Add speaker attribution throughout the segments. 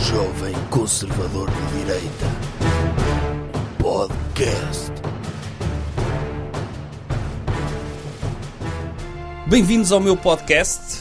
Speaker 1: Jovem Conservador de Direita. Podcast.
Speaker 2: Bem-vindos ao meu podcast.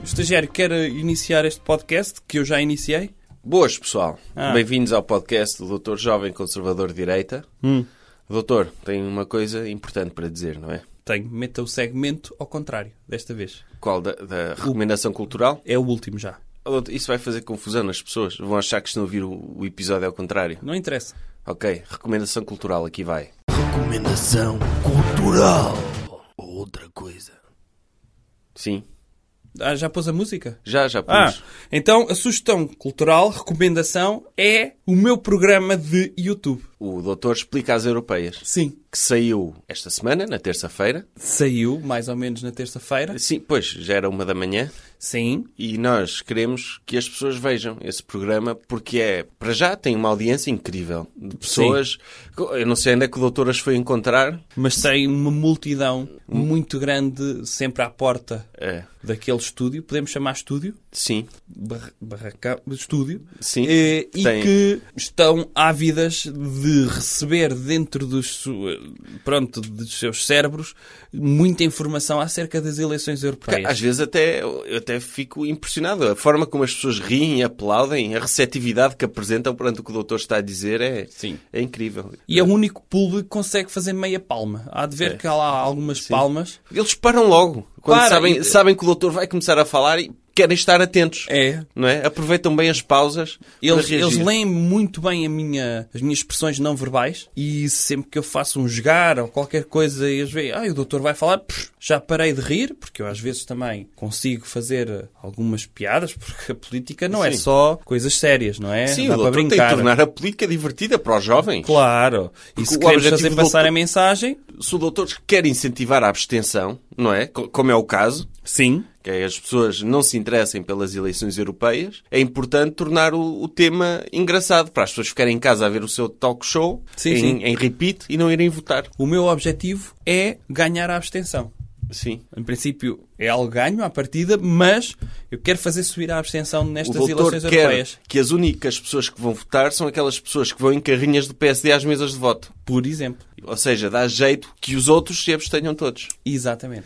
Speaker 2: O estagiário quer eh, iniciar este podcast que eu já iniciei.
Speaker 3: Boas, pessoal.
Speaker 2: Ah.
Speaker 3: Bem-vindos ao podcast do Doutor Jovem Conservador de Direita.
Speaker 2: Hum.
Speaker 3: Doutor, tenho uma coisa importante para dizer, não é?
Speaker 2: Tenho, meta o segmento ao contrário, desta vez.
Speaker 3: Qual da, da recomendação cultural?
Speaker 2: É o último já.
Speaker 3: Oh, doutor, isso vai fazer confusão nas pessoas. Vão achar que estão a ouvir o, o episódio ao contrário.
Speaker 2: Não interessa.
Speaker 3: Ok, recomendação cultural, aqui vai.
Speaker 1: Recomendação cultural. Ou outra coisa.
Speaker 3: Sim,
Speaker 2: Ah, já pôs a música?
Speaker 3: já, já pus.
Speaker 2: Ah, então a sugestão cultural, recomendação, é o meu programa de YouTube.
Speaker 3: O Doutor explica às europeias.
Speaker 2: Sim.
Speaker 3: Que saiu esta semana, na terça-feira.
Speaker 2: Saiu mais ou menos na terça-feira.
Speaker 3: Sim, pois, já era uma da manhã.
Speaker 2: Sim.
Speaker 3: E nós queremos que as pessoas vejam esse programa porque é, para já, tem uma audiência incrível de pessoas. Eu não sei onde é que o doutor as foi encontrar.
Speaker 2: Mas tem uma multidão muito grande sempre à porta
Speaker 3: É,
Speaker 2: daquele estúdio. Podemos chamar estúdio?
Speaker 3: sim,
Speaker 2: barra- barracão, estúdio,
Speaker 3: Sim,
Speaker 2: eh, e
Speaker 3: tem.
Speaker 2: que estão ávidas de receber dentro dos, su- pronto, dos seus cérebros muita informação acerca das eleições
Speaker 3: Porque
Speaker 2: europeias.
Speaker 3: às vezes até, eu até fico impressionado. A forma como as pessoas riem e aplaudem, a receptividade que apresentam perante o que o doutor está a dizer é,
Speaker 2: Sim.
Speaker 3: é incrível.
Speaker 2: E é o único público que consegue fazer meia palma. Há de
Speaker 3: É.
Speaker 2: ver que há lá algumas palmas.
Speaker 3: Eles param logo. Quando
Speaker 2: Para,
Speaker 3: sabem,
Speaker 2: e-
Speaker 3: sabem que o doutor vai começar a falar e querem estar atentos.
Speaker 2: É.
Speaker 3: Não é? Aproveitam bem as pausas.
Speaker 2: Eles,
Speaker 3: para reagir.
Speaker 2: eles leem muito bem a minha, as minhas expressões não verbais e sempre que eu faço um jogar ou qualquer coisa e eles veem, ah, o doutor vai falar, pff, já parei de rir, porque eu às vezes também consigo fazer eh, algumas piadas, porque a política não é
Speaker 3: Sim.
Speaker 2: só coisas sérias, não é?
Speaker 3: Sim,
Speaker 2: Dá para
Speaker 3: o doutor tem
Speaker 2: brincar.
Speaker 3: que tornar a política divertida para os jovens.
Speaker 2: Claro. E se
Speaker 3: o
Speaker 2: queremos
Speaker 3: objetivo
Speaker 2: fazer
Speaker 3: do
Speaker 2: passar
Speaker 3: doutor-
Speaker 2: a mensagem,
Speaker 3: Se o doutor quer incentivar a abstenção, não é? Co- Como é o caso,
Speaker 2: sim.
Speaker 3: que é as pessoas não se interessem pelas eleições europeias, é importante tornar o, o tema engraçado para as pessoas ficarem em casa a ver o seu talk show
Speaker 2: Sim,
Speaker 3: em,
Speaker 2: sim.
Speaker 3: em repeat e não irem votar.
Speaker 2: O meu objetivo é ganhar a abstenção.
Speaker 3: Sim.
Speaker 2: Em princípio, é algo ganho à partida, mas eu quero fazer subir a abstenção nestas
Speaker 3: o doutor
Speaker 2: eleições
Speaker 3: quer
Speaker 2: europeias.
Speaker 3: que as únicas pessoas que vão votar são aquelas pessoas que vão em carrinhas do PSD às mesas de voto.
Speaker 2: Por exemplo.
Speaker 3: Ou seja, dá jeito que os outros se abstenham todos.
Speaker 2: Exatamente.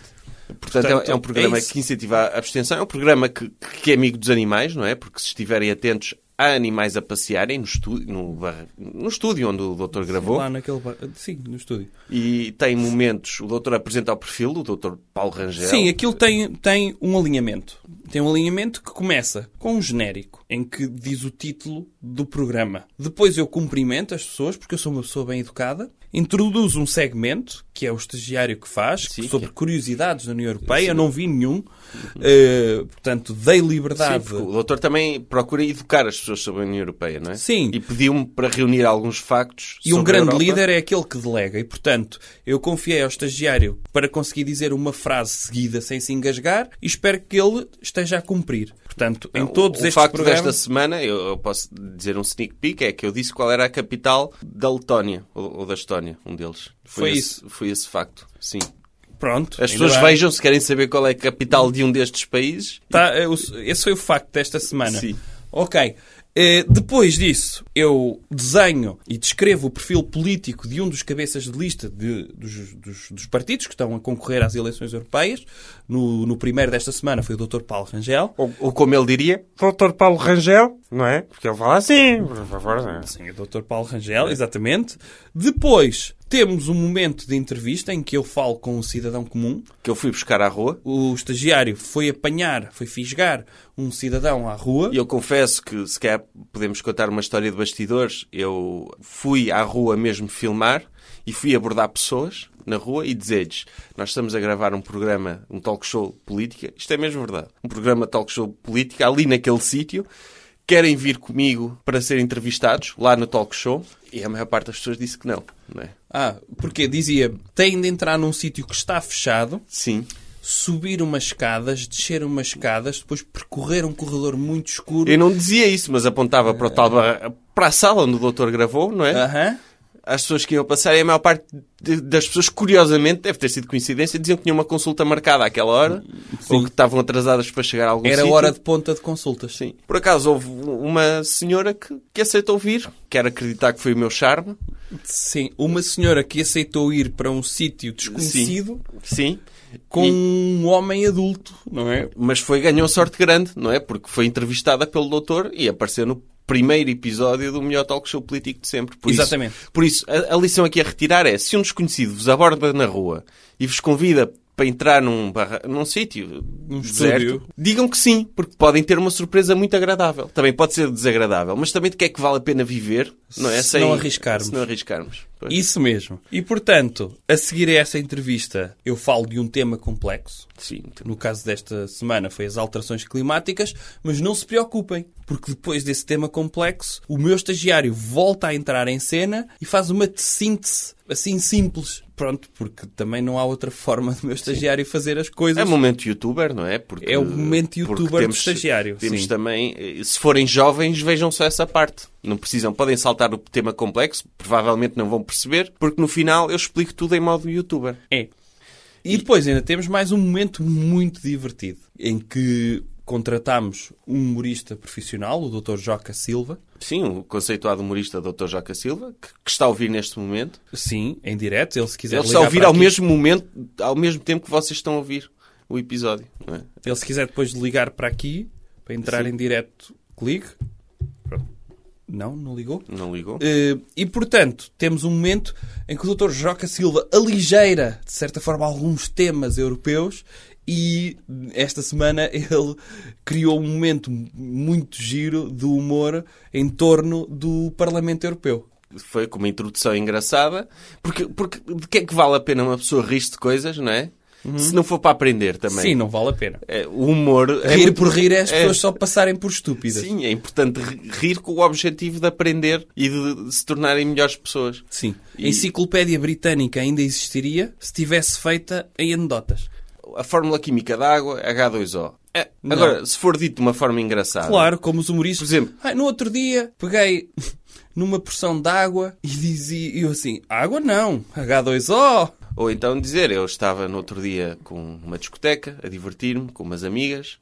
Speaker 3: Portanto,
Speaker 2: Portanto,
Speaker 3: é- é um
Speaker 2: é
Speaker 3: programa
Speaker 2: isso.
Speaker 3: que incentiva a abstenção, é um programa que, que é amigo dos animais, não é? Porque se estiverem atentos, há animais a passearem no estúdio, no, bar- no estúdio onde o doutor gravou.
Speaker 2: Lá naquele bar- Sim, no estúdio.
Speaker 3: E tem momentos, o doutor apresenta o perfil do doutor Paulo Rangel.
Speaker 2: Sim, é aquilo tem, tem um alinhamento. Tem um alinhamento que começa com um genérico, em que diz o título do programa. Depois eu cumprimento as pessoas, porque eu sou uma pessoa bem educada. Introduzo um segmento, que é o estagiário que faz,
Speaker 3: Sim,
Speaker 2: que sobre
Speaker 3: que é Uhum.
Speaker 2: curiosidades da União Europeia. Eu não vi nenhum. Eh, portanto, dei
Speaker 3: Sim,
Speaker 2: liberdade.
Speaker 3: porque o doutor também procura educar as pessoas sobre a União Europeia, não é?
Speaker 2: Sim.
Speaker 3: E pediu-me para reunir alguns factos.
Speaker 2: E um
Speaker 3: sobre a
Speaker 2: grande
Speaker 3: Europa.
Speaker 2: líder é aquele que delega. E, portanto, eu confiei ao estagiário para conseguir dizer uma frase seguida sem se engasgar e espero que ele esteja a cumprir. Portanto, em todos
Speaker 3: o
Speaker 2: estes
Speaker 3: facto desta
Speaker 2: programas...
Speaker 3: semana, eu, eu posso dizer um sneak peek, é que eu disse qual era a capital da Letónia, ou, ou da Estónia, um deles.
Speaker 2: Foi
Speaker 3: esse,
Speaker 2: isso.
Speaker 3: Foi esse facto, sim.
Speaker 2: Pronto.
Speaker 3: As
Speaker 2: ainda
Speaker 3: pessoas
Speaker 2: bem.
Speaker 3: vejam se querem saber qual é a capital de um destes países.
Speaker 2: Tá, eh, o- esse foi o facto desta semana.
Speaker 3: Sim.
Speaker 2: Ok. Eh, Depois disso, eu desenho e descrevo o perfil político de um dos cabeças de lista de- dos, dos- dos partidos que estão a concorrer às eleições europeias. No, no primeiro desta semana foi o Dr. Paulo Rangel.
Speaker 3: Ou, ou como ele diria,
Speaker 4: Doutor Paulo Rangel, não é? Porque ele fala assim, por favor. não é?
Speaker 2: Sim, o Dr. Paulo
Speaker 3: É.
Speaker 2: Rangel, exatamente. Depois temos um momento de entrevista em que eu falo com um cidadão comum.
Speaker 3: que eu fui buscar à rua.
Speaker 2: O estagiário foi apanhar, foi fisgar um cidadão à rua.
Speaker 3: E eu confesso que, se calhar, podemos contar uma história de bastidores. Eu fui à rua mesmo filmar e fui abordar pessoas na rua e dizer-lhes: Nós estamos a gravar um programa, um talk show de política. Isto é mesmo verdade. Um programa talk show de política ali naquele sítio. Querem vir comigo para serem entrevistados lá no talk show? E a maior parte das pessoas disse que não, não é?
Speaker 2: Ah, porque dizia, têm de entrar num sítio que está fechado,
Speaker 3: Sim.
Speaker 2: subir umas escadas, descer umas escadas, depois percorrer um corredor muito escuro.
Speaker 3: Eu não dizia isso, mas apontava para, o tal, barra- para a sala onde o doutor gravou, não é?
Speaker 2: Aham.
Speaker 3: às pessoas que iam passar e a maior parte de- das pessoas, curiosamente, deve ter sido coincidência, diziam que tinham uma consulta marcada àquela hora ou que estavam atrasadas para chegar a algum
Speaker 2: Era
Speaker 3: Um sítio.
Speaker 2: hora de ponta de consultas.
Speaker 3: Sim. Por acaso houve uma senhora que, que aceitou vir, quer acreditar que foi o meu charme.
Speaker 2: Sim, uma senhora que aceitou ir para um sítio desconhecido
Speaker 3: Sim.
Speaker 2: com
Speaker 3: E-
Speaker 2: um homem adulto, não é?
Speaker 3: mas foi ganhou sorte grande, não é? Porque foi entrevistada pelo doutor e apareceu no primeiro episódio do melhor talk show político de sempre. Por
Speaker 2: Exatamente.
Speaker 3: Isso, por isso, a, a lição aqui a retirar é, se um desconhecido vos aborda na rua e vos convida para entrar num, barra, num sítio deserto,
Speaker 2: estúdio.
Speaker 3: digam que sim, porque podem ter uma surpresa muito agradável. Também pode ser desagradável, mas também de que é que vale a pena viver, não é?
Speaker 2: Se não arriscarmos.
Speaker 3: Se não arriscarmos. Pois. é.
Speaker 2: Isso mesmo. E portanto, a seguir a essa entrevista, eu falo de um tema complexo.
Speaker 3: Sim,
Speaker 2: No caso desta semana foi as alterações climáticas, mas não se preocupem, porque depois desse tema complexo, o meu estagiário volta a entrar em cena e faz uma síntese assim simples. Pronto, porque também não há outra forma do meu estagiário fazer as coisas.
Speaker 3: É momento youtuber, não é? Porque,
Speaker 2: É o momento
Speaker 3: porque
Speaker 2: youtuber do estagiário,
Speaker 3: Temos
Speaker 2: sim.
Speaker 3: também, eh, se forem jovens, vejam só essa parte. Não precisam, podem saltar o tema complexo, provavelmente não vão perceber, porque no final eu explico tudo em modo youtuber.
Speaker 2: É. E depois ainda temos mais um momento muito divertido em que contratámos um humorista profissional, o Dr. Joca Silva.
Speaker 3: Sim, o conceituado humorista Dr. Joca Silva, que, que está a ouvir neste momento.
Speaker 2: Sim, em direto, ele se quiser
Speaker 3: Ele está
Speaker 2: ligar
Speaker 3: a ouvir
Speaker 2: para
Speaker 3: ao
Speaker 2: aqui-
Speaker 3: mesmo momento, ao mesmo tempo que vocês estão a ouvir o episódio. não é?
Speaker 2: Ele se quiser depois ligar para aqui, para entrar em direto, clique. Pronto. Não, não ligou.
Speaker 3: Não ligou?
Speaker 2: Eh, E, portanto, temos um momento em que o Dr. Joca Silva aligeira, de certa forma, alguns temas europeus e esta semana ele criou um momento muito giro do humor em torno do Parlamento Europeu.
Speaker 3: foi com uma introdução engraçada, porque, porque de que é que vale a pena uma pessoa rir de coisas, não é? Se não for para aprender também.
Speaker 2: Uhum. Sim, não vale a pena.
Speaker 3: É, o humor. é
Speaker 2: rir
Speaker 3: muito-
Speaker 2: por rir é as
Speaker 3: é-
Speaker 2: pessoas só passarem por estúpidas.
Speaker 3: Sim, é importante ri- rir com o objetivo de aprender e de se tornarem melhores pessoas.
Speaker 2: Sim.
Speaker 3: E-
Speaker 2: A enciclopédia britânica ainda existiria se tivesse feita em anedotas.
Speaker 3: A fórmula química da água, H2O. É,
Speaker 2: Não.
Speaker 3: agora, se for dito de uma forma engraçada.
Speaker 2: Claro, como os humoristas.
Speaker 3: Por exemplo-
Speaker 2: Ai, no outro dia peguei numa porção de água e dizia eu assim: água não, H2O.
Speaker 3: Ou então dizer, eu estava no outro dia com uma discoteca, a divertir-me com umas amigas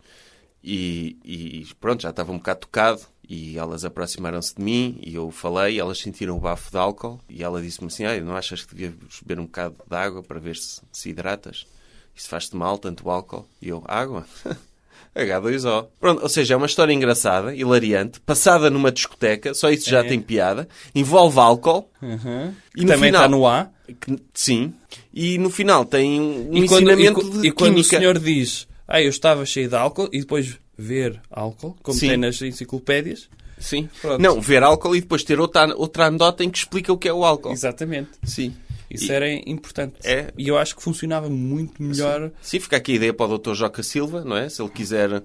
Speaker 3: e, e pronto, já estava um bocado tocado e elas aproximaram-se de mim e eu falei, elas sentiram o bafo de álcool e ela disse-me assim, ah, não achas que devia beber um bocado de água para ver se se hidratas? Isso faz-te mal, tanto álcool? E eu, água? H2O. Pronto, ou seja, é uma história engraçada, hilariante, passada numa discoteca, só isso já tem piada, envolve álcool
Speaker 2: E também tá está no A.
Speaker 3: que- Sim. E no final tem um, um
Speaker 2: e quando, e,
Speaker 3: ensinamento
Speaker 2: co-
Speaker 3: de
Speaker 2: e quando o
Speaker 3: química.
Speaker 2: senhor diz: Ah, eu estava cheio de álcool e depois ver álcool, como
Speaker 3: Sim.
Speaker 2: tem nas enciclopédias.
Speaker 3: Sim.
Speaker 2: Pronto.
Speaker 3: Não, ver álcool e depois ter outra, outra anedota em que explica o que é o álcool.
Speaker 2: Exatamente.
Speaker 3: Sim.
Speaker 2: Isso
Speaker 3: E-
Speaker 2: era importante.
Speaker 3: É.
Speaker 2: E eu acho que funcionava muito melhor
Speaker 3: Sim, fica aqui a ideia para o Dr. Joca Silva, não é? Se ele quiser eh,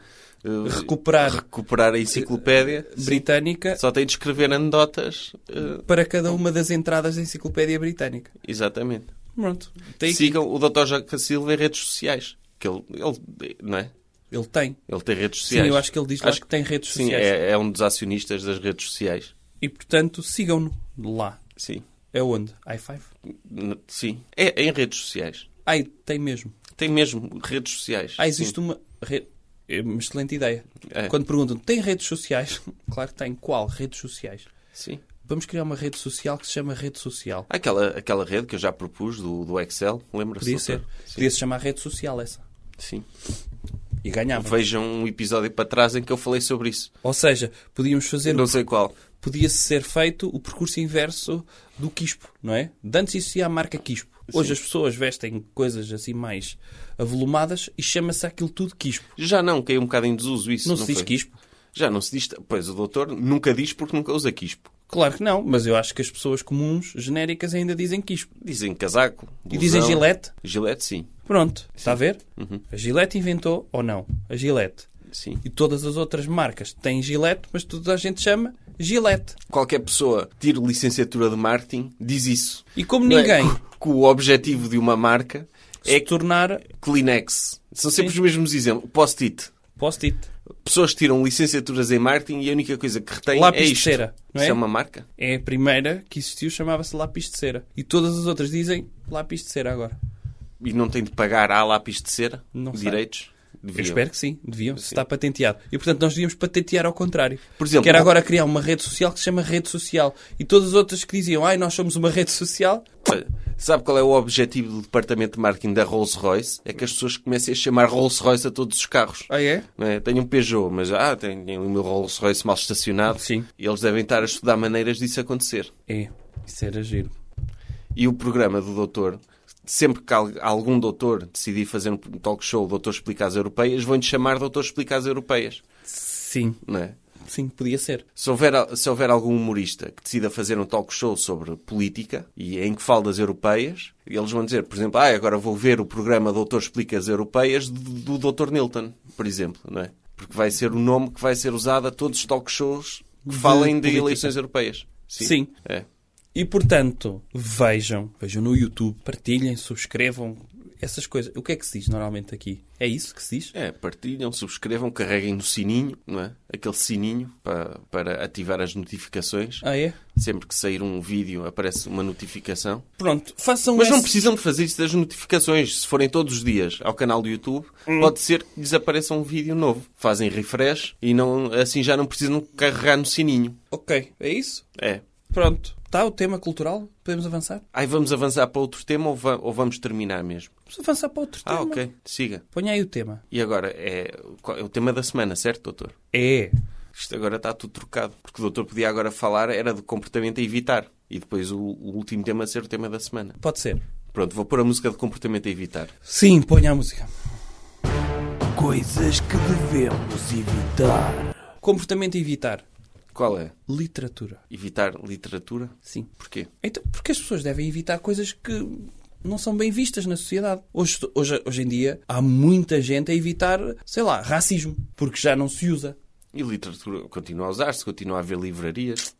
Speaker 2: recuperar Eh,
Speaker 3: recuperar a enciclopédia. Sim.
Speaker 2: britânica
Speaker 3: Só tem de escrever anedotas. eh,
Speaker 2: para cada uma das entradas da enciclopédia britânica.
Speaker 3: exatamente.
Speaker 2: Pronto. Tem-
Speaker 3: Sigam o Dr. Joca Silva em redes sociais. Que ele, ele, não é?
Speaker 2: Ele tem.
Speaker 3: Ele tem redes
Speaker 2: Sim,
Speaker 3: sociais.
Speaker 2: eu acho que ele diz lá
Speaker 3: Acho
Speaker 2: que tem redes
Speaker 3: Sim,
Speaker 2: sociais.
Speaker 3: é, é um dos acionistas das redes sociais.
Speaker 2: E portanto, sigam-no lá.
Speaker 3: Sim.
Speaker 2: É onde? High five?
Speaker 3: N- Sim. É, é em redes sociais.
Speaker 2: Ai, tem mesmo.
Speaker 3: Tem mesmo redes sociais.
Speaker 2: Ah, existe uma rede. É uma excelente ideia.
Speaker 3: É.
Speaker 2: Quando perguntam, tem redes sociais? claro que tem. Qual? Redes sociais.
Speaker 3: Sim.
Speaker 2: Vamos criar uma rede social que se chama Rede Social.
Speaker 3: Há Aquela, aquela rede que eu já propus do, do Excel, lembra-se?
Speaker 2: Podia
Speaker 3: doutor?
Speaker 2: ser. Podia se chamar Rede Social essa.
Speaker 3: Sim.
Speaker 2: E ganhava.
Speaker 3: Vejam um episódio para trás em que eu falei sobre isso.
Speaker 2: Ou seja, podíamos fazer.
Speaker 3: Não sei qual.
Speaker 2: Podia ser feito o percurso inverso do Quispo, não é? De antes isso ia à marca Quispo. Hoje as pessoas vestem coisas assim mais avolumadas e chama-se aquilo tudo Quispo.
Speaker 3: Já não, caiu um bocado em desuso isso.
Speaker 2: Não, se diz
Speaker 3: foi?
Speaker 2: Quispo.
Speaker 3: Já não se diz. Pois o doutor nunca diz porque nunca usa quispo.
Speaker 2: Claro que não, mas eu acho que as pessoas comuns, genéricas, ainda dizem quispo.
Speaker 3: Dizem casaco.
Speaker 2: E dizem
Speaker 3: blusão.
Speaker 2: gilete.
Speaker 3: Gilete, sim. Uhum.
Speaker 2: Pronto, está a ver? A gilete inventou, ou não, a gilete.
Speaker 3: Sim.
Speaker 2: E todas as outras marcas têm gilete, mas toda a gente chama gilete.
Speaker 3: Qualquer pessoa tire licenciatura de marketing diz isso.
Speaker 2: E como
Speaker 3: Não é?
Speaker 2: ninguém
Speaker 3: Que o objetivo de uma marca
Speaker 2: se
Speaker 3: é
Speaker 2: tornar
Speaker 3: Kleenex. São sempre os mesmos exemplos. Post-it.
Speaker 2: post-it.
Speaker 3: Pessoas tiram licenciaturas em marketing e a única coisa que retém
Speaker 2: Lápis
Speaker 3: é
Speaker 2: de
Speaker 3: isto.
Speaker 2: cera, não é?
Speaker 3: Isso é uma marca?
Speaker 2: É a primeira que existiu, chamava-se lápis de cera. E todas as outras dizem lápis de cera agora.
Speaker 3: E não tem de pagar à lápis de cera?
Speaker 2: Não sei.
Speaker 3: Direitos?
Speaker 2: Eu
Speaker 3: Deviam.
Speaker 2: espero que sim, deviam, se está patenteado. E portanto nós devíamos patentear ao contrário.
Speaker 3: Por exemplo,
Speaker 2: que era
Speaker 3: o-
Speaker 2: agora criar uma rede social que se chama rede social. E todas as outras que diziam, ai, nós somos uma rede social,
Speaker 3: Olha, Sabe qual é o objetivo do departamento de marketing da Rolls-Royce? É que as pessoas comecem a chamar Rolls-Royce a todos os carros.
Speaker 2: ai é?
Speaker 3: Não é? Tenho um Peugeot, mas ah, tenho ali o meu Rolls-Royce mal estacionado.
Speaker 2: Sim.
Speaker 3: E eles devem estar a estudar maneiras disso acontecer.
Speaker 2: É, isso era giro.
Speaker 3: E o programa do doutor, sempre que al- algum doutor decidir fazer um talk show, o doutor explica as europeias, vão-lhe chamar doutor explica as europeias.
Speaker 2: Sim,
Speaker 3: Não é?
Speaker 2: sim, podia ser.
Speaker 3: Se houver, se houver algum humorista que decida fazer um talk show sobre política e em que fala das europeias, eles vão dizer, por exemplo, ah, agora vou ver o programa Doutor Explica as Europeias do, do Dr. Nilton, por exemplo, não é? Porque vai ser o nome que vai ser usado a todos os talk shows que falem de
Speaker 2: política.
Speaker 3: eleições europeias.
Speaker 2: Sim.
Speaker 3: É.
Speaker 2: E portanto, vejam, vejam no YouTube, partilhem, subscrevam, essas coisas. O que é que se diz normalmente aqui? É isso que se diz?
Speaker 3: É, partilham, subscrevam, carreguem no sininho, não é? Aquele sininho para, para ativar as notificações.
Speaker 2: Ah, é?
Speaker 3: Sempre que sair um vídeo aparece uma notificação.
Speaker 2: Pronto, façam
Speaker 3: Mas não
Speaker 2: esse-
Speaker 3: precisam de fazer isso das notificações. Se forem todos os dias ao canal do YouTube, pode ser que desapareça um vídeo novo. Fazem refresh e não, assim já não precisam carregar no sininho.
Speaker 2: Ok, é isso?
Speaker 3: É.
Speaker 2: Pronto. Está o tema cultural? Podemos avançar?
Speaker 3: Aí vamos avançar para outro tema ou, va- ou vamos terminar mesmo?
Speaker 2: Vamos avançar para outro tema.
Speaker 3: Ah, ok. Siga.
Speaker 2: Ponha aí o tema.
Speaker 3: E agora, é, qual- é o tema da semana, certo, doutor?
Speaker 2: É.
Speaker 3: Isto agora está tudo trocado. Porque o doutor podia agora falar era do comportamento a evitar. E depois o, o último tema ser o tema da semana.
Speaker 2: Pode ser.
Speaker 3: Pronto, vou pôr a música de comportamento a evitar.
Speaker 2: Sim, ponha a música.
Speaker 1: Coisas que devemos evitar.
Speaker 2: Comportamento a evitar.
Speaker 3: Qual é?
Speaker 2: Literatura.
Speaker 3: Evitar literatura?
Speaker 2: Sim.
Speaker 3: Porquê?
Speaker 2: Então, porque as pessoas devem evitar coisas que não são bem vistas na sociedade. Hoje, hoje, hoje em dia, há muita gente a evitar, sei lá, racismo. Porque já não se usa.
Speaker 3: E literatura continua a usar-se, continua a haver livrarias.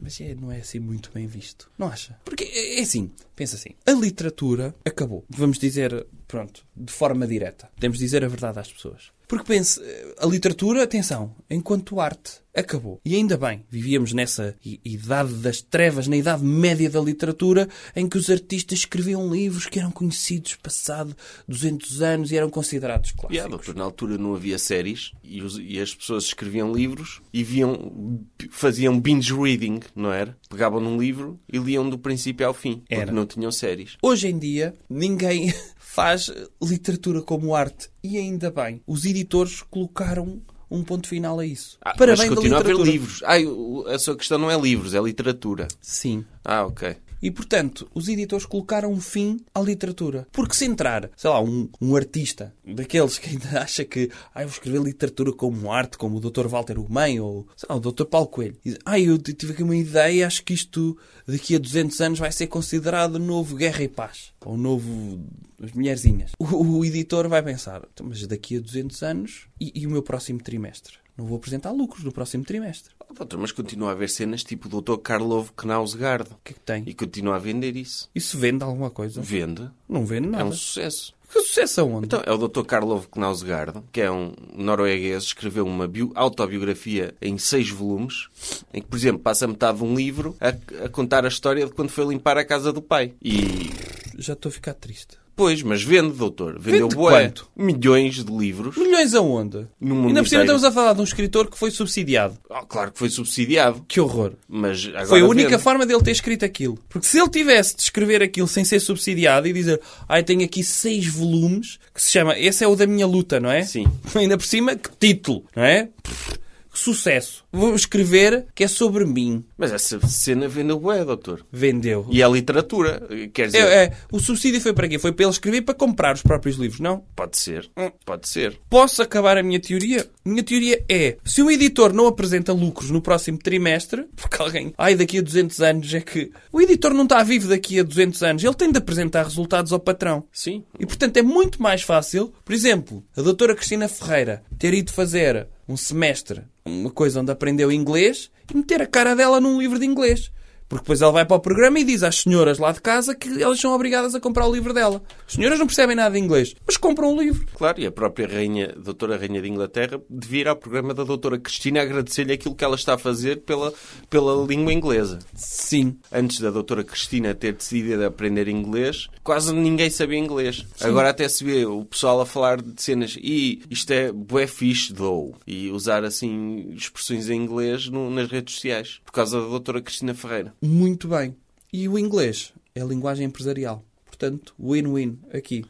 Speaker 2: Mas é- não é assim muito bem visto. Não acha? Porque é é assim, pensa assim. A literatura acabou. Vamos dizer, pronto, de forma direta. Podemos dizer a verdade às pessoas. Porque pense, eh, a literatura, atenção, enquanto arte, acabou. E ainda bem, vivíamos nessa i- idade das trevas, na idade média da literatura, em que os artistas escreviam livros que eram conhecidos passado 200 anos e eram considerados
Speaker 3: E há,
Speaker 2: clássicos.
Speaker 3: doutor, na altura não havia séries e, os- e as pessoas escreviam livros e viam, faziam binge reading, não era? Pegavam num livro e liam do princípio ao fim, porque
Speaker 2: Era.
Speaker 3: não tinham séries.
Speaker 2: Hoje em dia, ninguém faz literatura como arte. E ainda bem, os editores colocaram um ponto final a isso.
Speaker 3: Ah,
Speaker 2: Para
Speaker 3: mas
Speaker 2: bem da
Speaker 3: continua a haver
Speaker 2: literatura.
Speaker 3: livros. Ah, eu- a sua questão não é livros, é literatura.
Speaker 2: Sim.
Speaker 3: Ah, ok.
Speaker 2: E, portanto, os editores colocaram um fim à literatura. Porque se entrar, sei lá, um, um artista daqueles que ainda acha que ah, eu vou escrever literatura como arte, como o Dr. Walter Ugumem ou, sei lá, o Dr. Paulo Coelho. E diz, ah, eu t- tive aqui uma ideia e acho que isto daqui a 200 anos vai ser considerado novo Guerra e Paz. Ou novo As Mulherzinhas. O, o editor vai pensar, "Então, mas daqui a 200 anos e, e o meu próximo trimestre? Não vou apresentar lucros no próximo trimestre.
Speaker 3: Ah, Doutor, mas continua a haver cenas tipo o doutor Karlov Knausgaard.
Speaker 2: O que é que tem?
Speaker 3: E continua a vender isso.
Speaker 2: Isso vende alguma coisa?
Speaker 3: Vende.
Speaker 2: Não vende nada.
Speaker 3: É um sucesso.
Speaker 2: Que sucesso aonde?
Speaker 3: Então, é o Dr. Karlov Knausgaard, que é um norueguês, escreveu uma bio- autobiografia em seis volumes, em que, por exemplo, passa metade de um livro a, a contar a história de quando foi limpar a casa do pai. E,
Speaker 2: Já estou a ficar triste.
Speaker 3: pois, mas vende, doutor. Vendeu
Speaker 2: Vende
Speaker 3: bué.
Speaker 2: quanto?
Speaker 3: milhões de livros.
Speaker 2: Milhões aonde?
Speaker 3: No mundo
Speaker 2: Ainda por cima
Speaker 3: inteiro.
Speaker 2: estamos a falar de um escritor que foi subsidiado.
Speaker 3: Ah, claro que foi subsidiado,
Speaker 2: Que horror.
Speaker 3: mas agora
Speaker 2: Foi a única
Speaker 3: vende.
Speaker 2: forma dele ter escrito aquilo. Porque se ele tivesse de escrever aquilo sem ser subsidiado e dizer ai, tenho aqui seis volumes que se chama Esse é o da minha luta, não é?
Speaker 3: Sim.
Speaker 2: Ainda por cima, que título, não é? Pff, Que sucesso. Vou escrever que é sobre mim.
Speaker 3: Mas essa cena vendeu bué, doutor.
Speaker 2: Vendeu.
Speaker 3: E é literatura, quer dizer,
Speaker 2: É, é, o subsídio foi para quê? Foi para ele escrever e para comprar os próprios livros, não?
Speaker 3: pode ser,
Speaker 2: Hum.
Speaker 3: pode ser.
Speaker 2: Posso acabar a minha teoria? Minha teoria é: se um editor não apresenta lucros no próximo trimestre, porque alguém. Ai, daqui a 200 anos é que. O editor não está vivo daqui a 200 anos, ele tem de apresentar resultados ao patrão.
Speaker 3: Sim.
Speaker 2: E portanto é muito mais fácil, por exemplo, a doutora Cristina Ferreira ter ido fazer um semestre, uma coisa onde aprendeu inglês, e meter a cara dela num livro de inglês. Porque depois ela vai para o programa e diz às senhoras lá de casa que elas são obrigadas a comprar o livro dela. As senhoras não percebem nada de inglês, mas compram o livro.
Speaker 3: Claro, e a própria rainha, doutora rainha de Inglaterra, devia ir ao programa da doutora Cristina agradecer-lhe aquilo que ela está a fazer pela, pela língua inglesa.
Speaker 2: Sim.
Speaker 3: Antes da doutora Cristina ter decidido aprender inglês, quase ninguém sabia inglês. Agora até se vê o pessoal a falar de cenas e isto é bué fixe, dou. E usar, assim, expressões em inglês no- nas redes sociais. Por causa da doutora Cristina Ferreira.
Speaker 2: Muito bem. E o inglês é a linguagem empresarial. Portanto, win-win aqui.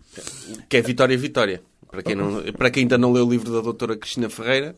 Speaker 3: Que é Vitória Vitória. Para quem, não, para quem ainda não leu o livro da doutora Cristina Ferreira,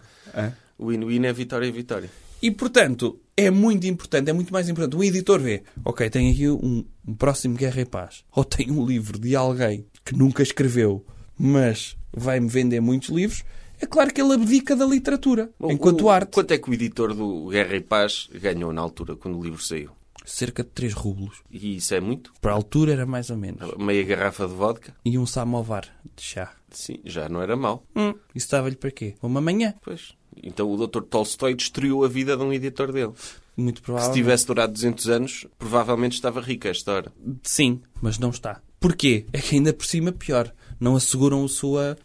Speaker 3: o win-win é Vitória Vitória.
Speaker 2: E, portanto, é muito importante, é muito mais importante. O editor vê, ok, tem aqui um, um próximo Guerra e Paz. Ou tem um livro de alguém que nunca escreveu, mas vai-me vender muitos livros. É claro que ele abdica da literatura,
Speaker 3: O-
Speaker 2: enquanto
Speaker 3: o-
Speaker 2: arte.
Speaker 3: Quanto é que o editor do Guerra e Paz ganhou na altura, quando o livro saiu?
Speaker 2: Cerca de 3 rublos.
Speaker 3: E isso é muito?
Speaker 2: Para a altura era mais ou menos.
Speaker 3: Meia garrafa de vodka?
Speaker 2: E um samovar de chá.
Speaker 3: Sim, já não era mau.
Speaker 2: Hum, isso estava-lhe para quê? Uma manhã.
Speaker 3: Pois. Então o Dr. Tolstói destruiu a vida de um editor dele.
Speaker 2: Muito
Speaker 3: Que se
Speaker 2: provavelmente.
Speaker 3: tivesse durado 200 anos, provavelmente estava rico é a esta hora.
Speaker 2: Sim, mas não está. Porquê? É que ainda por cima pior. Não asseguram a sua,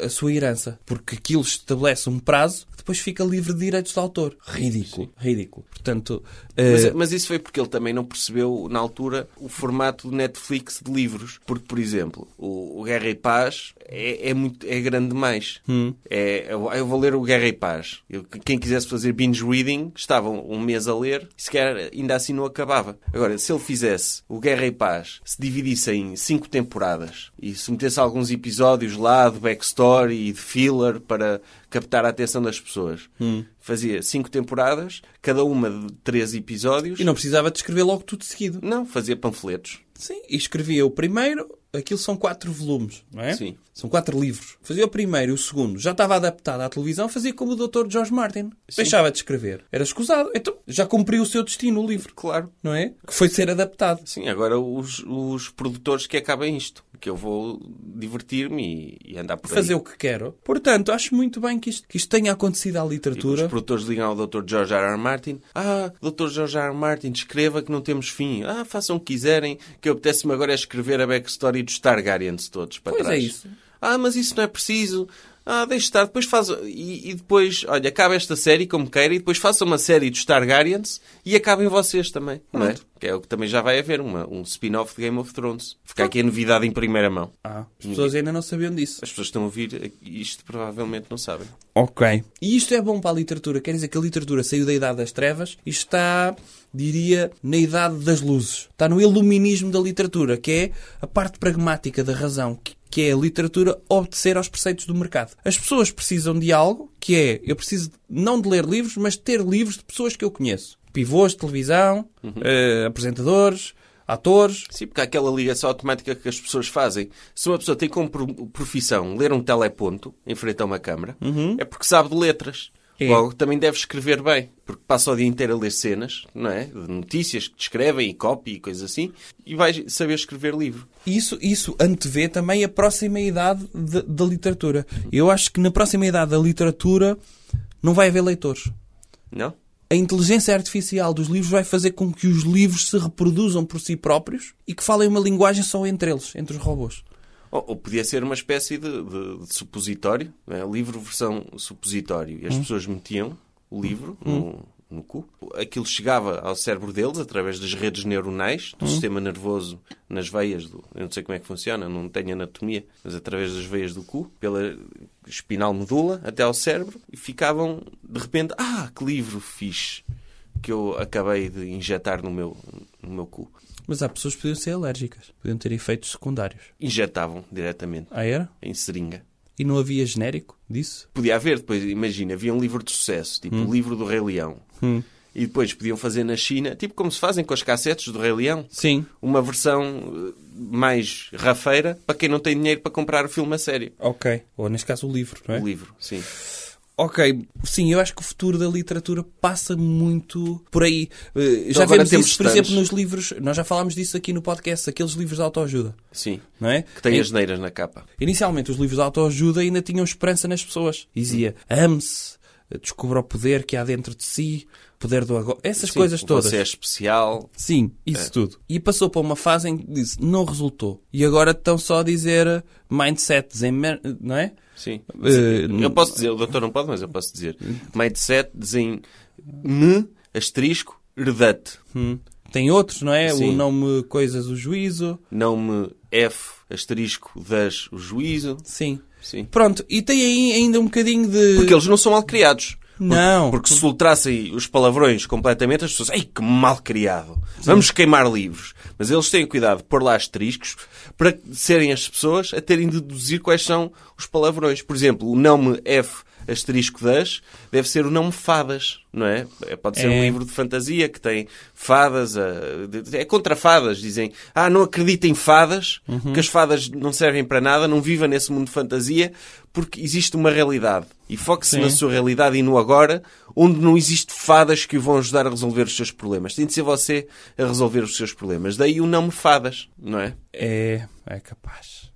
Speaker 2: a sua herança. Porque aquilo estabelece um prazo que depois fica livre de direitos de autor. Ridículo. Ridículo. Portanto,
Speaker 3: Mas,
Speaker 2: eh,
Speaker 3: mas isso foi porque ele também não percebeu, na altura, o formato do Netflix de livros. Porque, por exemplo, o, o Guerra e Paz é, é muito, é grande demais. É, eu, eu vou ler o Guerra e Paz. Eu- quem quisesse fazer binge reading, estava um, um mês a ler, e sequer ainda assim não acabava. Agora, se ele fizesse o Guerra e Paz, se dividisse em cinco temporadas e se metesse alguns episódios lá de backstory e de filler para captar a atenção das pessoas.
Speaker 2: Hum.
Speaker 3: Fazia cinco temporadas, cada uma de três episódios.
Speaker 2: e não precisava de escrever logo tudo seguido.
Speaker 3: Não, fazia panfletos.
Speaker 2: Sim, e escrevia o primeiro. Aquilo são quatro volumes, não é?
Speaker 3: Sim.
Speaker 2: São quatro livros. Fazia o primeiro e o segundo. Já estava adaptado à televisão. Fazia como o Dr. George Martin. Deixava de escrever. Era escusado. Então, já cumpriu o seu destino o livro,
Speaker 3: Claro.
Speaker 2: não é? Que foi ser adaptado.
Speaker 3: Sim, agora os, os produtores que acabem isto. Que eu vou divertir-me e, e andar por aí.
Speaker 2: fazer o que quero. Portanto, acho muito bem que isto, que isto tenha acontecido à
Speaker 3: Os
Speaker 2: literatura.
Speaker 3: produtores ligam ao Dr. George R. R. Martin. Ah, Dr. George R. R. Martin, escreva que não temos fim. Ah, façam o que quiserem. Que apetece-me agora é escrever a backstory dos Targaryens todos para
Speaker 2: Pois é
Speaker 3: trás.
Speaker 2: isso.
Speaker 3: Ah, mas isso não é preciso. Ah, deixe estar. Depois faz... E, e depois, olha, acaba esta série como queira e depois faça uma série dos Targaryens e acabem vocês também. Não é? Que é o que também já vai haver, uma, um spin-off de Game of Thrones. Fica aqui a novidade em primeira mão.
Speaker 2: Ah, as pessoas ainda não sabiam disso.
Speaker 3: As pessoas que estão a ouvir isto provavelmente não sabem.
Speaker 2: Ok. E isto é bom para a literatura. Quer dizer que a literatura saiu da Idade das Trevas e está, diria, na Idade das Luzes. Está no iluminismo da literatura, que é a parte pragmática da razão, que, que é a literatura obedecer aos preceitos do mercado. As pessoas precisam de algo, que é, eu preciso não de ler livros, mas de ter livros de pessoas que eu conheço. Pivôs de televisão, eh, apresentadores, atores,
Speaker 3: Sim, porque há aquela ligação automática que as pessoas fazem. Se uma pessoa tem como pro- profissão ler um teleponto em frente a uma câmara, é porque sabe de letras.
Speaker 2: É.
Speaker 3: Logo, também deve escrever bem, porque passa o dia inteiro a ler cenas, não é? De notícias que descrevem e copy e coisas assim, e vai saber escrever livro.
Speaker 2: Isso, isso antevê também a próxima idade de- da literatura. Eu acho que na próxima idade da literatura não vai haver leitores.
Speaker 3: Não?
Speaker 2: A inteligência artificial dos livros vai fazer com que os livros se reproduzam por si próprios e que falem uma linguagem só entre eles, entre os robôs.
Speaker 3: Ou, ou podia ser uma espécie de, de- de supositório, não é? livro versão supositório. E as pessoas metiam o livro no, no cu. Aquilo chegava ao cérebro deles através das redes neuronais, do sistema nervoso nas veias. Do, eu não sei como é que funciona, não tenho anatomia, mas através das veias do cu, pela espinal medula até ao cérebro, e ficavam de repente: Ah, que livro fixe que eu acabei de injetar no meu, no meu cu.
Speaker 2: Mas há pessoas que podiam ser alérgicas, podiam ter efeitos secundários.
Speaker 3: Injetavam diretamente
Speaker 2: Ah, era?
Speaker 3: em seringa.
Speaker 2: E não havia genérico disso?
Speaker 3: Podia haver, depois, imagina, havia um livro de sucesso, tipo
Speaker 2: Hum.
Speaker 3: o livro do Rei Leão. E depois podiam fazer na China, tipo como se fazem com as cassetes do Rei Leão,
Speaker 2: Sim.
Speaker 3: uma versão eh, mais rafeira para quem não tem dinheiro para comprar o filme a sério.
Speaker 2: Ok. Ou neste caso o livro, não é?
Speaker 3: O livro, sim.
Speaker 2: Ok, sim, eu acho que o futuro da literatura passa muito por aí. Eh, já
Speaker 3: Então agora
Speaker 2: vemos
Speaker 3: temos
Speaker 2: isso, por
Speaker 3: stands.
Speaker 2: exemplo, nos livros. Nós já falámos disso aqui no podcast, aqueles livros de autoajuda,
Speaker 3: Sim.
Speaker 2: não é?
Speaker 3: Que tem
Speaker 2: Em-
Speaker 3: as neiras na capa.
Speaker 2: Inicialmente, os livros de autoajuda ainda tinham esperança nas pessoas. Dizia, ame-se, descubra o poder que há dentro de si, poder do agora, essas
Speaker 3: Sim,
Speaker 2: coisas todas.
Speaker 3: Você é especial.
Speaker 2: Sim,
Speaker 3: É.
Speaker 2: isso tudo. E passou para uma fase em que disse, não resultou. E agora estão só a dizer eh, mindset, desenmer- não é?
Speaker 3: Sim.
Speaker 2: Eh,
Speaker 3: eu posso dizer, o doutor não pode, mas eu posso dizer. Mindset, dizem me, asterisco, herdate.
Speaker 2: Hum. Tem outros, não é?
Speaker 3: Sim.
Speaker 2: O não me coisas, o juízo.
Speaker 3: Não me F, asterisco, das, o juízo.
Speaker 2: Sim.
Speaker 3: Sim.
Speaker 2: Pronto, e tem aí ainda um bocadinho de...
Speaker 3: Porque eles não são mal criados.
Speaker 2: Não.
Speaker 3: Porque se soltassem os palavrões completamente, as pessoas, ei, que mal criado. Vamos queimar livros. Mas eles têm cuidado de pôr lá asteriscos para serem as pessoas a terem de deduzir quais são os palavrões. Por exemplo, o não me F asterisco das deve ser o não me fadas, não é? É, Pode ser
Speaker 2: É.
Speaker 3: um livro de fantasia que tem fadas, a- de- de- é contra fadas, dizem, ah, não acredita em fadas, que as fadas não servem para nada, não viva nesse mundo de fantasia, porque existe uma realidade. E foque-se
Speaker 2: Sim.
Speaker 3: na sua realidade e no agora, onde não existe fadas que o vão ajudar a resolver os seus problemas. Tem de ser você a resolver os seus problemas. Daí o não me fadas, não é?
Speaker 2: É, é capaz.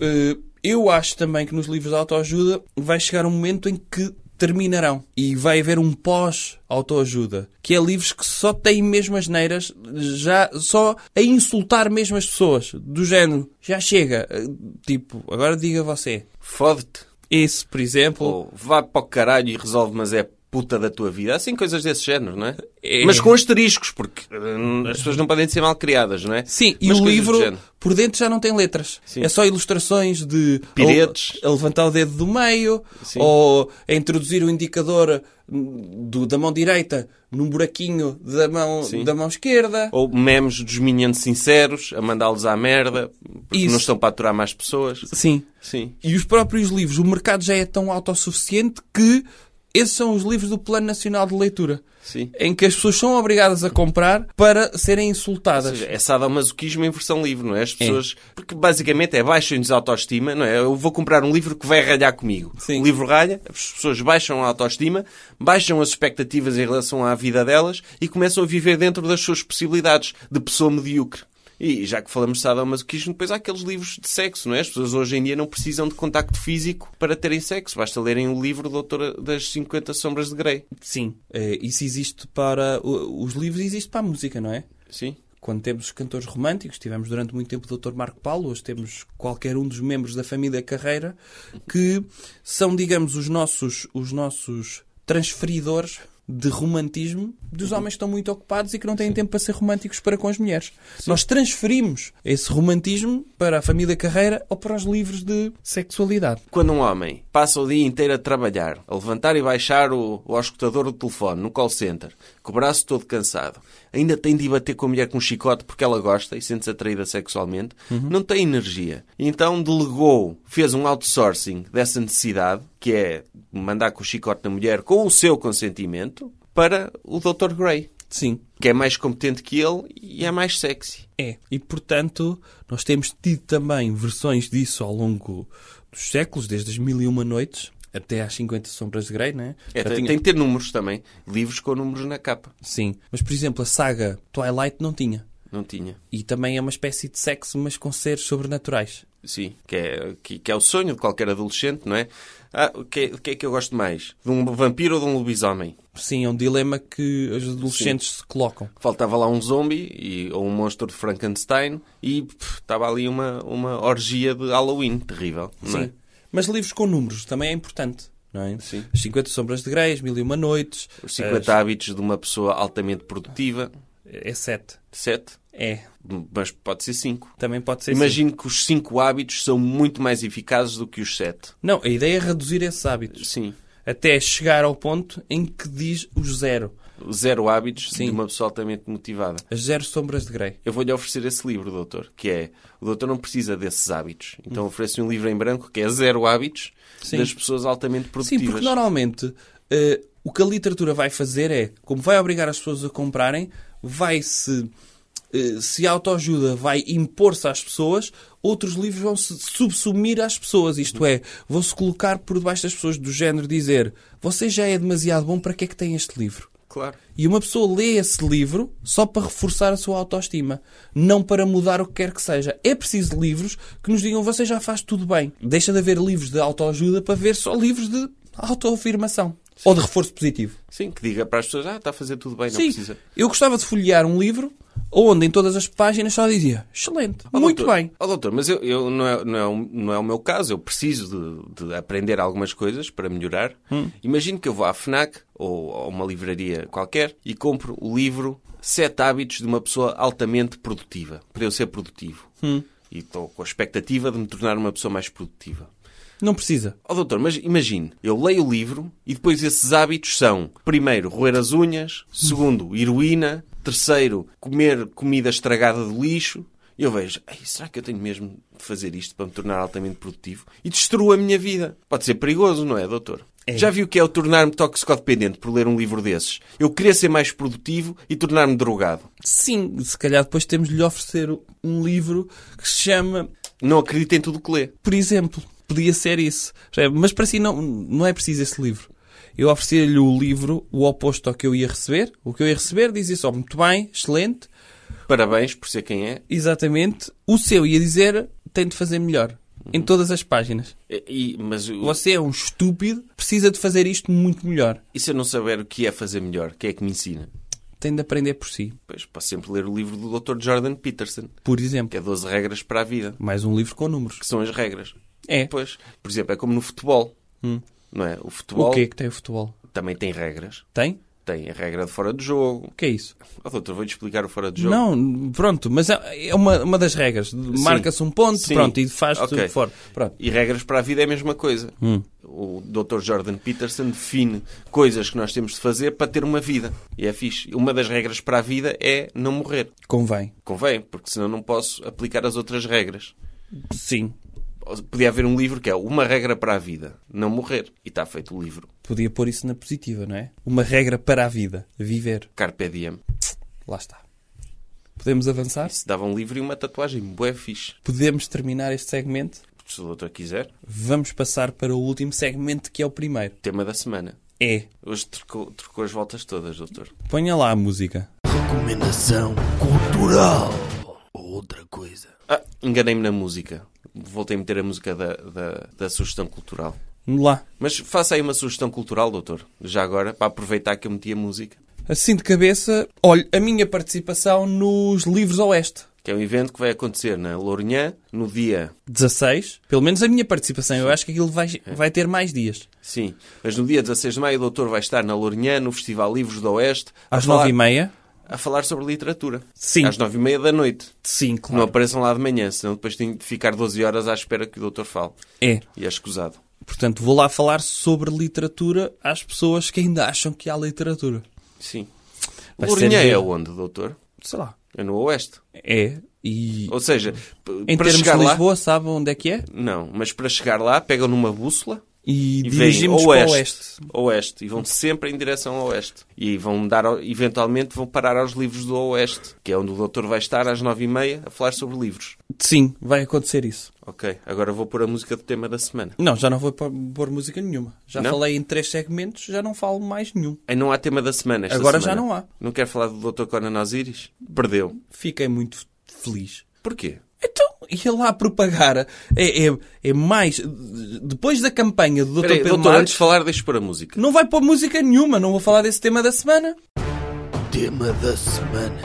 Speaker 2: Eh, eu acho também que nos livros de autoajuda vai chegar um momento em que terminarão. E vai haver um pós-autoajuda. Que é livros que só têm mesmo as neiras, já, só a insultar mesmo as pessoas. Do género, já chega. eh, Tipo, agora diga você.
Speaker 3: Fode-te.
Speaker 2: Esse, por exemplo,
Speaker 3: Ou vá para o caralho e resolve, mas é puta da tua vida. Assim, coisas desse género, não é?
Speaker 2: É.
Speaker 3: Mas com asteriscos, porque hum, as pessoas não podem ser mal criadas, não é?
Speaker 2: Sim, e
Speaker 3: Mas
Speaker 2: o
Speaker 3: coisas do
Speaker 2: livro
Speaker 3: género.
Speaker 2: por dentro já não tem letras.
Speaker 3: Sim.
Speaker 2: É só ilustrações de
Speaker 3: Piretes.
Speaker 2: a, a levantar o dedo do meio
Speaker 3: Sim.
Speaker 2: ou a introduzir o indicador hum, do- da mão direita num buraquinho da mão,
Speaker 3: Sim.
Speaker 2: da mão esquerda.
Speaker 3: Ou memes dos minions sinceros, a mandá-los à merda, porque
Speaker 2: Isso.
Speaker 3: não estão para aturar mais pessoas.
Speaker 2: Sim.
Speaker 3: Sim.
Speaker 2: E os próprios livros, o mercado já é tão autossuficiente que esses são os livros do Plano Nacional de Leitura.
Speaker 3: Sim.
Speaker 2: Em que as pessoas são obrigadas a comprar para serem insultadas.
Speaker 3: Ou seja, é sadomasoquismo em versão livre, não é? As pessoas... Porque basicamente é baixam-nos a autoestima, não é? Eu vou comprar um livro que vai ralhar comigo.
Speaker 2: Sim.
Speaker 3: O livro ralha, as pessoas baixam a autoestima, baixam as expectativas em relação à vida delas e começam a viver dentro das suas possibilidades de pessoa medíocre. E já que falamos de sadomasoquismo, depois há aqueles livros de sexo, não é? As pessoas hoje em dia não precisam de contacto físico para terem sexo. Basta lerem o livro Doutora das 50 Sombras de Grey.
Speaker 2: Sim. Eh, Isso existe para. o- Os livros existe para a música, não é?
Speaker 3: Sim.
Speaker 2: quando temos cantores românticos, tivemos durante muito tempo o Dr. Marco Paulo, hoje temos qualquer um dos membros da família Carreira, que são, digamos, os nossos, os nossos transferidores de romantismo dos homens que estão muito ocupados e que não têm tempo para ser românticos para com as mulheres. Nós transferimos esse romantismo para a família Carreira ou para os livros de sexualidade.
Speaker 3: Quando um homem passa o dia inteiro a trabalhar, a levantar e baixar o, o auscultador do telefone no call center, com o braço todo cansado, ainda tem de ir bater com a mulher com um chicote porque ela gosta e sente-se atraída sexualmente,
Speaker 2: Uhum.
Speaker 3: não tem energia. Então delegou, fez um outsourcing dessa necessidade, que é mandar com o chicote na mulher com o seu consentimento, para o Dr. Grey,
Speaker 2: Sim.
Speaker 3: que é mais competente que ele e é mais sexy.
Speaker 2: É. E, portanto, nós temos tido também versões disso ao longo dos séculos, desde as mil e uma noites até às 50 sombras de Grey, né?
Speaker 3: É,
Speaker 2: Já
Speaker 3: tem,
Speaker 2: tinha-
Speaker 3: tem que ter números também. Livros com números na capa.
Speaker 2: Sim. Mas, por exemplo, a saga Twilight não tinha.
Speaker 3: Não tinha.
Speaker 2: E também é uma espécie de sexo, mas com seres sobrenaturais.
Speaker 3: Sim, que é, que, que é o sonho de qualquer adolescente, não é? Ah, o que, é- o que é que eu gosto mais? De um vampiro ou de um lobisomem?
Speaker 2: Sim, é um dilema que os adolescentes se colocam.
Speaker 3: Faltava lá um zombie e, ou um monstro de Frankenstein e pff, estava ali uma, uma orgia de Halloween terrível, não
Speaker 2: Sim.
Speaker 3: é?
Speaker 2: Mas livros com números também é importante. Não é?
Speaker 3: Sim.
Speaker 2: As 50 sombras de Grey, as mil e uma noites.
Speaker 3: Os 50 hábitos de uma pessoa altamente produtiva,
Speaker 2: É 7.
Speaker 3: 7,
Speaker 2: É.
Speaker 3: mas pode ser 5.
Speaker 2: Também pode ser cinco.
Speaker 3: Imagino que os 5 hábitos são muito mais eficazes do que os 7.
Speaker 2: Não, a ideia é reduzir esses hábitos.
Speaker 3: Sim.
Speaker 2: Até chegar ao ponto em que diz os zero.
Speaker 3: Zero hábitos
Speaker 2: Sim.
Speaker 3: de uma pessoa altamente motivada.
Speaker 2: As zero sombras de Grey.
Speaker 3: Eu vou-lhe oferecer esse livro, doutor, que é o doutor não precisa desses hábitos. Então ofereço-lhe um livro em branco que é zero hábitos
Speaker 2: Hum. Sim.
Speaker 3: das pessoas altamente
Speaker 2: Sim,
Speaker 3: produtivas.
Speaker 2: porque normalmente eh, o que a literatura vai fazer é, como vai obrigar as pessoas a comprarem, vai-se. eh, se a autoajuda vai impor-se às pessoas, outros livros vão se subsumir às pessoas. Isto é, vão-se colocar por debaixo das pessoas, do género dizer: Você já é demasiado bom, para que é que tem este livro?
Speaker 3: Claro.
Speaker 2: E uma pessoa lê esse livro só para reforçar a sua autoestima, não para mudar o que quer que seja. É preciso livros que nos digam você já faz tudo bem. Deixa de haver livros de autoajuda para ver só livros de autoafirmação. Ou de reforço positivo.
Speaker 3: Sim, que diga para as pessoas, ah, está a fazer tudo bem, não
Speaker 2: Sim,
Speaker 3: precisa.
Speaker 2: eu gostava de folhear um livro onde em todas as páginas só dizia excelente,
Speaker 3: Ó,
Speaker 2: muito
Speaker 3: doutor,
Speaker 2: bem.
Speaker 3: ó, doutor, mas eu, eu não, é, não, é, o- não é o meu caso. Eu preciso de, de aprender algumas coisas para melhorar.
Speaker 2: Hum.
Speaker 3: Imagino que eu vou à FNAC ou a uma livraria qualquer e compro o livro Sete Hábitos de uma Pessoa Altamente Produtiva, para eu ser produtivo.
Speaker 2: Hum.
Speaker 3: E estou com a expectativa de me tornar uma pessoa mais produtiva.
Speaker 2: Não precisa.
Speaker 3: Ó doutor, mas imagine, eu leio o livro e depois esses hábitos são, primeiro, roer as unhas, segundo, heroína, terceiro, comer comida estragada do lixo. E eu vejo, "Ei, será que eu tenho mesmo de fazer isto para me tornar altamente produtivo? E destruo a minha vida. Pode ser perigoso, não é, doutor? Já viu o que é o tornar-me toxicodependente por ler um livro desses? Eu queria ser mais produtivo e tornar-me drogado.
Speaker 2: Sim, se calhar depois temos de lhe oferecer um livro que se chama,
Speaker 3: Não acredito em tudo o que lê.
Speaker 2: por exemplo, podia ser isso. Percebe? Mas para si não, não é preciso esse livro. Eu oferecia-lhe o livro, o oposto ao que eu ia receber. O que eu ia receber dizia só muito bem, excelente,
Speaker 3: Parabéns por ser quem é.
Speaker 2: exatamente. O seu ia dizer tem de fazer melhor. Em todas as páginas.
Speaker 3: E, e- mas o-
Speaker 2: Você é um estúpido, precisa de fazer isto muito melhor.
Speaker 3: e se eu não saber o que é fazer melhor? Quem é que me ensina?
Speaker 2: Tem de aprender por si.
Speaker 3: Pois, posso sempre ler o livro do Dr. Jordan Peterson,
Speaker 2: Por
Speaker 3: que
Speaker 2: exemplo,
Speaker 3: é 12 regras para a vida,
Speaker 2: mais um livro com números.
Speaker 3: que são as regras.
Speaker 2: É. Hum.
Speaker 3: Pois, por exemplo, é como no futebol, não é? O futebol
Speaker 2: O que é que tem o futebol?
Speaker 3: também tem regras.
Speaker 2: Tem?
Speaker 3: Tem a regra de fora de jogo.
Speaker 2: O que é isso?
Speaker 3: Oh, doutor, vou-lhe explicar o fora de jogo.
Speaker 2: Não, pronto, mas é é uma, uma das regras. Marca-se um ponto,
Speaker 3: Sim.
Speaker 2: pronto, e faz
Speaker 3: Ok.
Speaker 2: tudo fora. Pronto.
Speaker 3: E regras para a vida é a mesma coisa.
Speaker 2: Hum.
Speaker 3: O Dr. Jordan Peterson define coisas que nós temos de fazer para ter uma vida. E é fixe. Uma das regras para a vida é não morrer.
Speaker 2: Convém.
Speaker 3: Convém, porque senão não posso aplicar as outras regras.
Speaker 2: Sim.
Speaker 3: Podia haver um livro que é Uma Regra para a Vida, não morrer. E está feito o livro.
Speaker 2: Podia pôr isso na positiva, não é? Uma regra para a vida. Viver.
Speaker 3: Carpe Diem.
Speaker 2: Lá está. Podemos avançar?
Speaker 3: Isso dava um livro e uma tatuagem. Bué fixe.
Speaker 2: Podemos terminar este segmento?
Speaker 3: Se o doutor quiser,
Speaker 2: Vamos passar para o último segmento, que é o primeiro.
Speaker 3: tema da semana.
Speaker 2: É.
Speaker 3: Hoje trocou, trocou as voltas todas, doutor.
Speaker 2: Ponha lá a música.
Speaker 1: Recomendação cultural. Outra coisa.
Speaker 3: Ah, enganei-me na música. Voltei a meter a música da, da, da sugestão cultural.
Speaker 2: Vamos lá.
Speaker 3: Mas faça aí uma sugestão cultural, doutor. Já agora, para aproveitar que eu meti a música.
Speaker 2: Assim de cabeça, olho a minha participação nos Livros Oeste.
Speaker 3: Que é um evento que vai acontecer na Lourinhã no dia
Speaker 2: 16, pelo menos a minha participação. Eu acho que aquilo vai,
Speaker 3: É.
Speaker 2: vai ter mais dias.
Speaker 3: Sim, mas no dia 16 de maio o doutor vai estar na Lourinhã, no Festival Livros do Oeste, a
Speaker 2: Às
Speaker 3: falar-
Speaker 2: 9h30?
Speaker 3: a falar sobre literatura.
Speaker 2: Sim.
Speaker 3: Às nove e meia da noite.
Speaker 2: Sim,
Speaker 3: Não
Speaker 2: claro.
Speaker 3: apareçam lá de manhã, senão depois tenho de ficar 12 horas à espera que o doutor fale.
Speaker 2: É.
Speaker 3: E é escusado.
Speaker 2: Portanto, vou lá falar sobre literatura às pessoas que ainda acham que há literatura.
Speaker 3: Sim.
Speaker 2: Vai
Speaker 3: Lourinhã
Speaker 2: ser-
Speaker 3: é onde, doutor?
Speaker 2: Sei lá.
Speaker 3: É no Oeste.
Speaker 2: É. E
Speaker 3: Ou seja, p-
Speaker 2: em
Speaker 3: para
Speaker 2: termos
Speaker 3: chegar
Speaker 2: de
Speaker 3: lá...
Speaker 2: Lisboa, sabe onde é que é?
Speaker 3: Não, mas para chegar lá pegam numa bússola
Speaker 2: E,
Speaker 3: e vêm
Speaker 2: dirigimos
Speaker 3: oeste,
Speaker 2: para o Oeste.
Speaker 3: Oeste. E vão sempre em direção ao Oeste. E vão dar, ao- eventualmente, vão parar aos livros do Oeste, que é onde o doutor vai estar às nove e meia a falar sobre livros.
Speaker 2: Sim, vai acontecer isso.
Speaker 3: Ok, agora vou pôr a música do tema da semana.
Speaker 2: Não, já não vou pôr pôr música nenhuma. Já
Speaker 3: Não?
Speaker 2: falei em três segmentos, já não falo mais nenhum.
Speaker 3: Ai, não há tema da semana esta
Speaker 2: Agora já
Speaker 3: semana.
Speaker 2: não há.
Speaker 3: Não quer falar do Dr. Conan Osiris? Perdeu.
Speaker 2: Fiquei muito feliz.
Speaker 3: Porquê?
Speaker 2: Então, ia lá propagar. É, é, é mais. Depois da campanha do Dr.
Speaker 3: Peraí,
Speaker 2: Pedro
Speaker 3: doutor, antes
Speaker 2: Marques,
Speaker 3: de falar, deixa pôr a música.
Speaker 2: não vai pôr música nenhuma, não vou falar desse tema da semana.
Speaker 1: Tema da semana.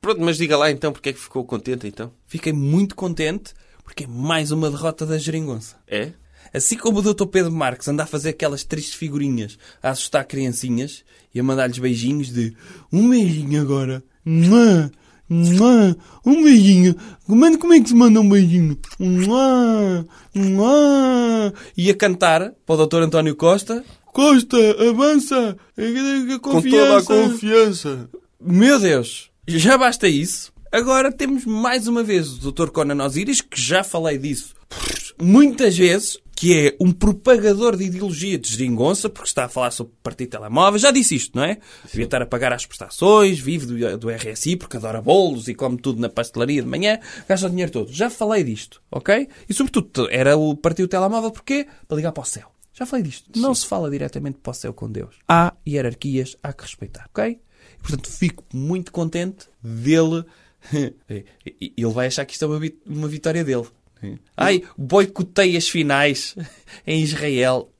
Speaker 3: Pronto, mas diga lá então porque é que ficou contente então.
Speaker 2: Fiquei muito contente porque é mais uma derrota da geringonça.
Speaker 3: É?
Speaker 2: Assim como o Dr. Pedro Marques anda a fazer aquelas tristes figurinhas a assustar criancinhas e a mandar-lhes beijinhos de um beijinho agora, Mua, mua, um beijinho, Mano, como é que se manda um beijinho? Mua, mua. E a cantar para o Dr. António Costa, Costa, avança, confiança.
Speaker 3: confiança.
Speaker 2: Meu Deus, já basta isso. Agora temos mais uma vez o Dr. Conan Osiris, que já falei disso muitas vezes, que é um propagador de ideologia de geringonça, porque está a falar sobre partido de telemóvel. Já disse isto, não é? Devia estar a pagar as prestações, vive do, do RSI, porque adora bolos e come tudo na pastelaria de manhã, gasta o dinheiro todo. Já falei disto, ok? E sobretudo, era o partido de telemóvel, porquê? Para ligar para o céu. Já falei disto. Não se fala diretamente para o céu com Deus. Há hierarquias, há que respeitar, ok? E, portanto, fico muito contente dele. Ele vai achar que isto é uma vi- uma vitória dele. Ai, boicotei as finais em Israel.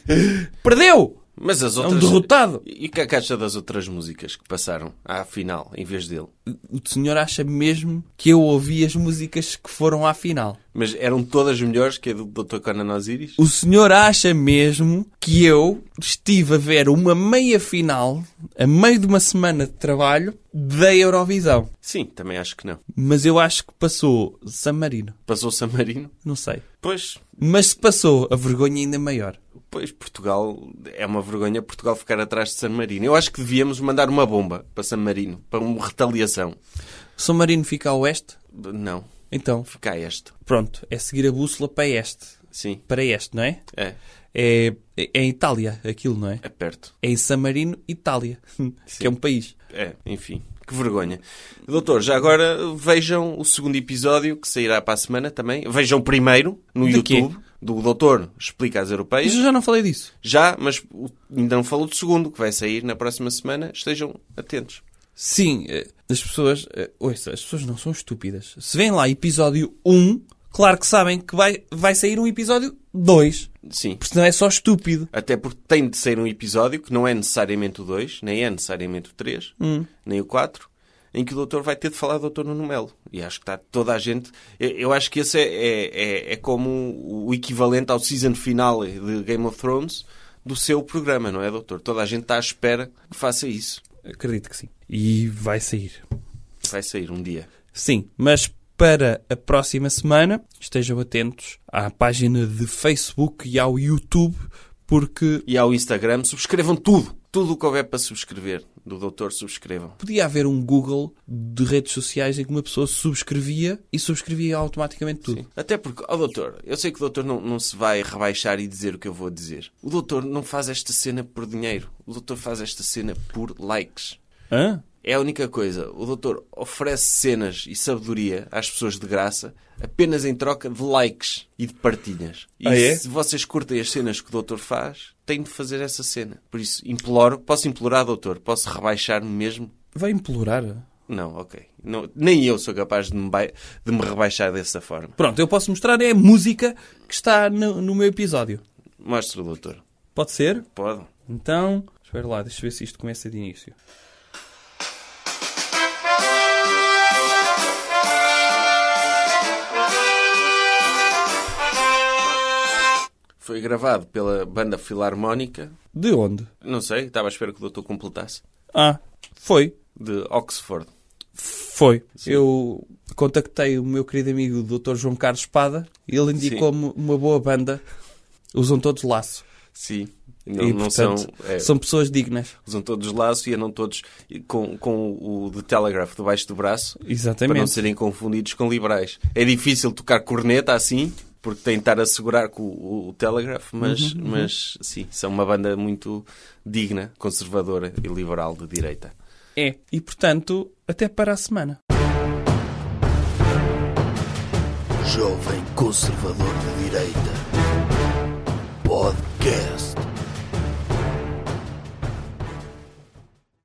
Speaker 2: Perdeu!
Speaker 3: Mas as
Speaker 2: um
Speaker 3: outras...
Speaker 2: derrotado.
Speaker 3: E o que é que acha das outras músicas que passaram à final, em vez dele?
Speaker 2: O senhor acha mesmo que eu ouvi as músicas que foram à final?
Speaker 3: Mas eram todas melhores que a do Dr. Conan Osiris?
Speaker 2: O senhor acha mesmo que eu estive a ver uma meia final, a meio de uma semana de trabalho, da Eurovisão?
Speaker 3: Sim, também acho que não.
Speaker 2: Mas eu acho que passou San Marino.
Speaker 3: Passou San Marino?
Speaker 2: Não sei.
Speaker 3: Pois,
Speaker 2: Mas se passou, a vergonha ainda é maior.
Speaker 3: pois Portugal é uma vergonha Portugal ficar atrás de San Marino. Eu acho que devíamos mandar uma bomba para San Marino, para uma retaliação.
Speaker 2: San Marino fica a oeste?
Speaker 3: Não,
Speaker 2: Então,
Speaker 3: fica este.
Speaker 2: pronto, é seguir a bússola para este.
Speaker 3: Sim,
Speaker 2: Para este, não é?
Speaker 3: é,
Speaker 2: É, é em Itália, aquilo, não é?
Speaker 3: é perto.
Speaker 2: É em San Marino, Itália, que é um país.
Speaker 3: É, enfim, que vergonha. Doutor, já agora vejam o segundo episódio que sairá para a semana também. Vejam o primeiro no
Speaker 2: De quê? Uhum.
Speaker 3: YouTube do Doutor Explica às Europeias.
Speaker 2: Mas eu já não falei disso.
Speaker 3: Já, mas o- ainda não falou do segundo, que vai sair na próxima semana. Estejam atentos.
Speaker 2: Sim, eh, as pessoas. eh, Ouça, as pessoas não são estúpidas. Se vêm lá episódio 1, claro que sabem que vai, vai sair um episódio 2.
Speaker 3: Sim.
Speaker 2: Porque senão é só estúpido.
Speaker 3: Até porque tem de ser um episódio que não é necessariamente o 2, nem é necessariamente o 3, nem o 4, em que o doutor vai ter de falar do doutor Nuno Melo. E acho que está toda a gente... Eu- Eu acho que esse é, é, é, é como o equivalente ao season finale de Game of Thrones do seu programa, não é, doutor? Toda a gente está à espera que faça isso.
Speaker 2: Acredito que sim. E vai sair.
Speaker 3: Vai sair um dia.
Speaker 2: Sim, mas para a próxima semana estejam atentos à página de Facebook e ao YouTube, porque
Speaker 3: E ao Instagram, subscrevam tudo. Tudo o que houver para subscrever do doutor, subscrevam.
Speaker 2: podia haver um Google de redes sociais em que uma pessoa subscrevia e subscrevia automaticamente tudo.
Speaker 3: Até porque, ó doutor, eu sei que o doutor não, não se vai rebaixar e dizer o que eu vou dizer. O doutor não faz esta cena por dinheiro. O doutor faz esta cena por likes.
Speaker 2: Hã?
Speaker 3: É a única coisa. O doutor oferece cenas e sabedoria às pessoas de graça apenas em troca de likes e de partilhas. E
Speaker 2: Ah, é?
Speaker 3: se vocês curtem as cenas que o doutor faz, têm de fazer essa cena. Por isso, imploro, posso implorar, doutor, posso rebaixar-me mesmo?
Speaker 2: Vai implorar?
Speaker 3: Não, ok. Não, nem eu sou capaz de me, bai- de me rebaixar dessa forma.
Speaker 2: Pronto, eu posso mostrar é a música que está no, no meu episódio.
Speaker 3: Mostra o doutor.
Speaker 2: Pode ser?
Speaker 3: Pode.
Speaker 2: Então, espera lá, deixa eu ver se isto começa de início.
Speaker 3: Foi gravado pela Banda Filarmónica,
Speaker 2: De onde?
Speaker 3: não sei, estava à espera que o doutor completasse,
Speaker 2: Ah, foi.
Speaker 3: de Oxford.
Speaker 2: Foi. Eu contactei o meu querido amigo o Dr. João Carlos Espada e ele indicou-me uma boa banda. Usam todos laço.
Speaker 3: Sim. Não,
Speaker 2: e,
Speaker 3: não
Speaker 2: portanto,
Speaker 3: são, é,
Speaker 2: são pessoas dignas.
Speaker 3: Usam todos laço e andam todos com, com o de Telegraph debaixo do braço para não
Speaker 2: Exatamente.
Speaker 3: serem confundidos com liberais. É difícil tocar corneta assim, porque tem de estar a segurar com o, o Telegraph, mas,
Speaker 2: Uhum,
Speaker 3: mas sim, são uma banda muito digna, conservadora e liberal de direita.
Speaker 2: É. E, portanto, até para a semana.
Speaker 1: Jovem Conservador de Direita. Podcast.